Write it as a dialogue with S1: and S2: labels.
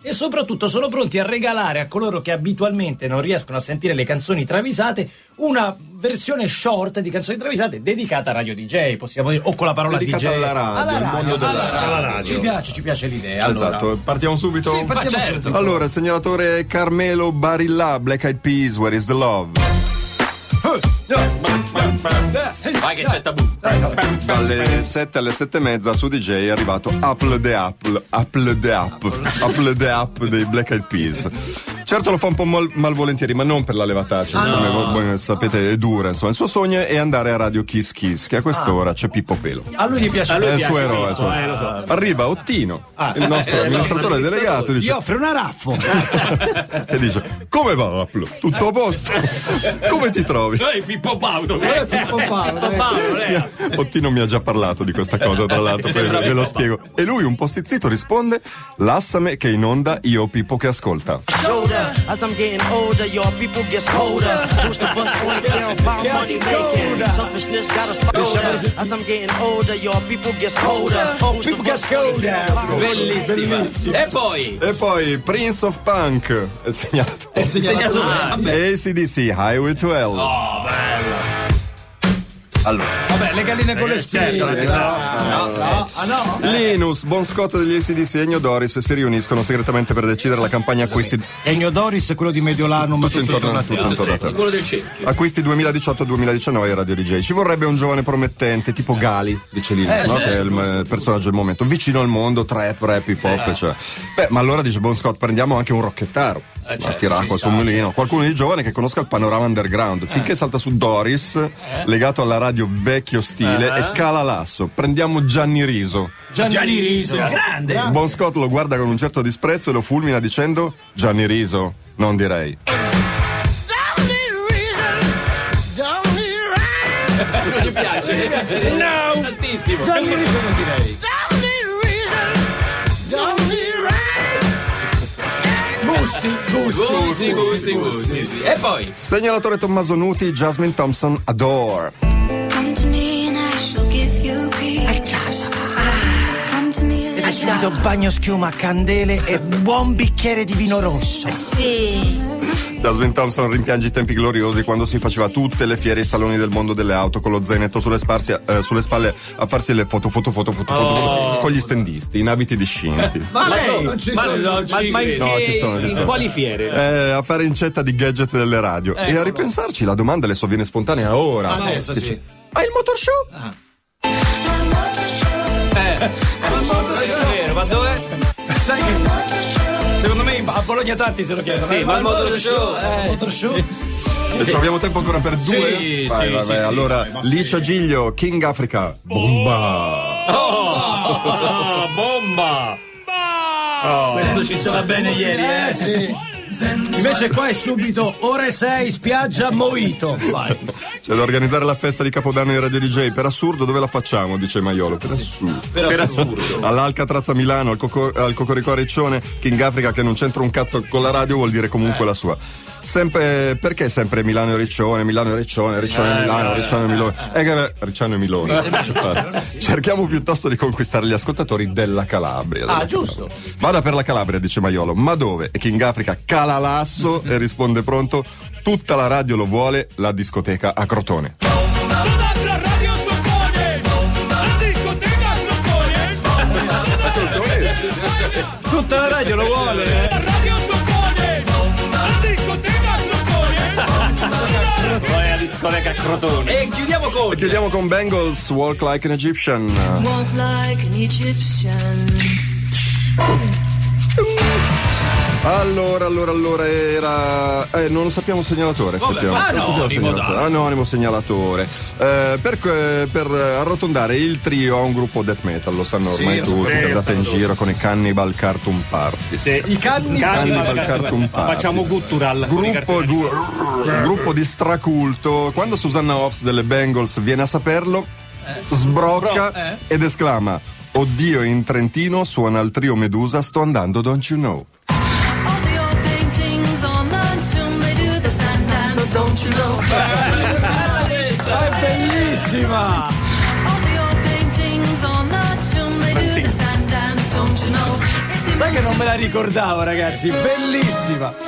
S1: E soprattutto sono pronti a regalare a coloro che abitualmente non riescono a sentire le canzoni travisate una versione short di canzoni travisate dedicata a Radio DJ, possiamo dire, o con la parola
S2: Dedicata
S1: DJ.
S2: alla radio, al mondo della
S1: alla
S2: radio.
S1: Alla radio. Ci piace, ci piace l'idea. allora.
S2: Esatto, partiamo subito.
S1: Sì, partiamo
S3: Ma certo.
S1: subito.
S2: allora, il segnalatore è Carmelo Barilla, Black Eyed Peas, Where is the Love?
S3: Vai che c'è tabù.
S2: Dalle 7 alle 7 e mezza su DJ è arrivato Apple the Apple, Apple the App, Apple the App dei Black Eyed Peas. Certo lo fa un po' mal- malvolentieri, ma non per la levataccia,
S1: Ah,
S2: come voi- voi sapete è dura, insomma. Il suo sogno è andare a Radio Kiss Kiss, che a quest'ora c'è Pippo Pelo.
S1: Ah. A lui gli piace. eh,
S2: È il suo eroe, insomma. Arriva Ottino,
S1: Ah.
S2: il nostro amministratore delegato, e
S4: Gli
S2: dice,
S4: offre una raffo.
S2: e dice, come va Apple? Tutto a posto? come ti trovi?
S3: Noi Pippo Baudo. eh. Pippo Baudo, eh.
S2: Ottino mi ha già parlato di questa cosa, tra l'altro, poi ve lo spiego. E lui, un po' stizzito, risponde: Lassame che in onda io Pippo che ascolta.
S5: shoulder. As I'm getting older, your people gets colder. Most of us only care about money making. Selfishness got us colder. As I'm getting older, your people gets colder. Most
S1: Pippo
S5: of
S1: che
S5: us only
S1: ascolta.
S5: care about
S3: Bellissima. E poi?
S2: E poi Prince of Punk è segnato.
S1: È segnato.
S3: Ah, vabbè.
S2: ACDC Highway 12.
S1: Vabbè, le galline con
S2: Eh,
S1: le
S2: certo,
S1: spine. Ah no?
S2: Linus, Bon Scott degli ACDC e Gno Doris si riuniscono segretamente per decidere la campagna acquisti.
S4: Ennio Doris, quello di Mediolanum.
S2: Tutto intorno, tutto intorno a te.
S3: Quello del cerchio.
S2: Acquisti 2018-2019 Radio DJ. Ci vorrebbe un giovane promettente, tipo
S3: Eh.
S2: Gali, dice Linus, no? che è
S3: certo,
S2: il eh, personaggio del momento, vicino al mondo, trap, rap, hip hop.
S3: Eh.
S2: cioè. Beh, ma allora dice Bon Scott, prendiamo anche un rocchettaro. a
S3: certo, Eh. ci
S2: tiracco al suo
S3: sta,
S2: mulino. Qualcuno di giovane che conosca il panorama underground. Finché salta su Doris,
S3: Eh.
S2: legato alla radio vecchio stile, e cala l'asso. Prendiamo Gianni Riso.
S3: Gianni Riso.
S1: Grande.
S2: Bon Scott lo guarda con un certo disprezzo e lo fulmina dicendo Gianni Riso, non direi.
S3: Non gli piace. gli piace. No. Tantissimo.
S1: Gianni Riso non direi. Gusti, gusti.
S3: Gusi, gusi, gusi. E poi?
S2: Segnalatore Tommaso Nuti, Jasmine Thompson, Adore.
S6: Come to me and I shall give you peace. Come to me
S4: E subito bagno schiuma, candele e buon bicchiere di vino rosso.
S2: Jasmine Thompson rimpiange i tempi gloriosi quando si faceva tutte le fiere e i saloni del mondo delle auto con lo zainetto sulle, sparsi- eh, sulle spalle a farsi le foto, foto, foto, foto, foto,
S3: Oh.
S2: foto, con gli stendisti in abiti discinti.
S1: Ma
S3: no,
S1: lei?
S3: non ci sono- ma- ma in
S2: No, ci sono, ci sono.
S1: Quali fiere?
S2: Eh, a fare incetta di gadget delle radio. e a ripensarci, la domanda le sovviene spontanea ora.
S1: Adesso
S2: Che
S1: sì.
S2: c'è? Ah, il motor show?
S3: Ma dov'è?
S1: Sai che secondo me a Bologna tanti se lo chiedono.
S3: Sì,
S1: eh,
S3: ma il
S1: motor
S3: motor show,
S1: eh, il motor show.
S2: E ci abbiamo tempo ancora per due?
S3: Sì,
S2: vai,
S3: sì,
S2: vai,
S3: sì,
S2: vai.
S3: sì,
S2: allora, Licia Giglio, King Africa. Bomba!
S3: Oh, bomba! Questo ci stava bene ieri,
S1: Eh sì. Invece qua è subito ore 6 spiaggia Moito. Vai.
S2: C'è Cioè, da organizzare la festa di Capodanno in Radio DJ. Per assurdo, dove la facciamo? Dice Maiolo. Per assurdo.
S3: Per assurdo.
S2: All'Alcatraz a Milano, al, Coco- al Cocorico a Riccione, King Africa che non c'entra un cazzo con la radio vuol dire comunque la sua. Sempre, perché sempre Milano e Riccione, Milano e Riccione, Riccione e Milano, Riccione e Milone? Eh, che beh, Riccione e Milone. lascia stare. Cerchiamo piuttosto di conquistare gli ascoltatori della Calabria.
S1: Ah, giusto.
S2: Vada per la Calabria, dice Maiolo. Ma dove? E King Africa cala l'asso e risponde pronto. Tutta la radio lo vuole, la discoteca a Crotone.
S1: Tutta la radio lo vuole. eh.
S3: Poi la discoteca a Crotone.
S1: E chiudiamo con
S2: Chiudiamo con Bengals, Walk Like an Egyptian.
S6: Walk like an Egyptian.
S2: Allora, allora, allora era. Eh, non lo sappiamo il segnalatore, effettivamente. Non sappiamo il
S3: anonimo,
S2: segnalatore. Anonimo segnalatore. Eh, per, eh, per arrotondare il trio a un gruppo death metal, lo sanno ormai tutti, che andate in giro con i Cannibal Cartoon Party.
S1: i canni.
S2: Cannibal Cartoon Party.
S7: Facciamo guttural. con i
S2: Gruppo,
S7: cartoni.
S2: du- gruppo di straculto. Quando Susanna Hoffs delle Bengals viene a saperlo, sbrocca ed esclama: Oddio, in Trentino suona il trio Medusa, sto andando, don't you know?
S6: All the old paintings on the tomb, they do the sandman, don't you know?
S1: È bellissima.
S6: All the old paintings on the tomb, they do the sand dance, don't you know? If you
S1: Sai che non me la ricordavo, ragazzi, bellissima.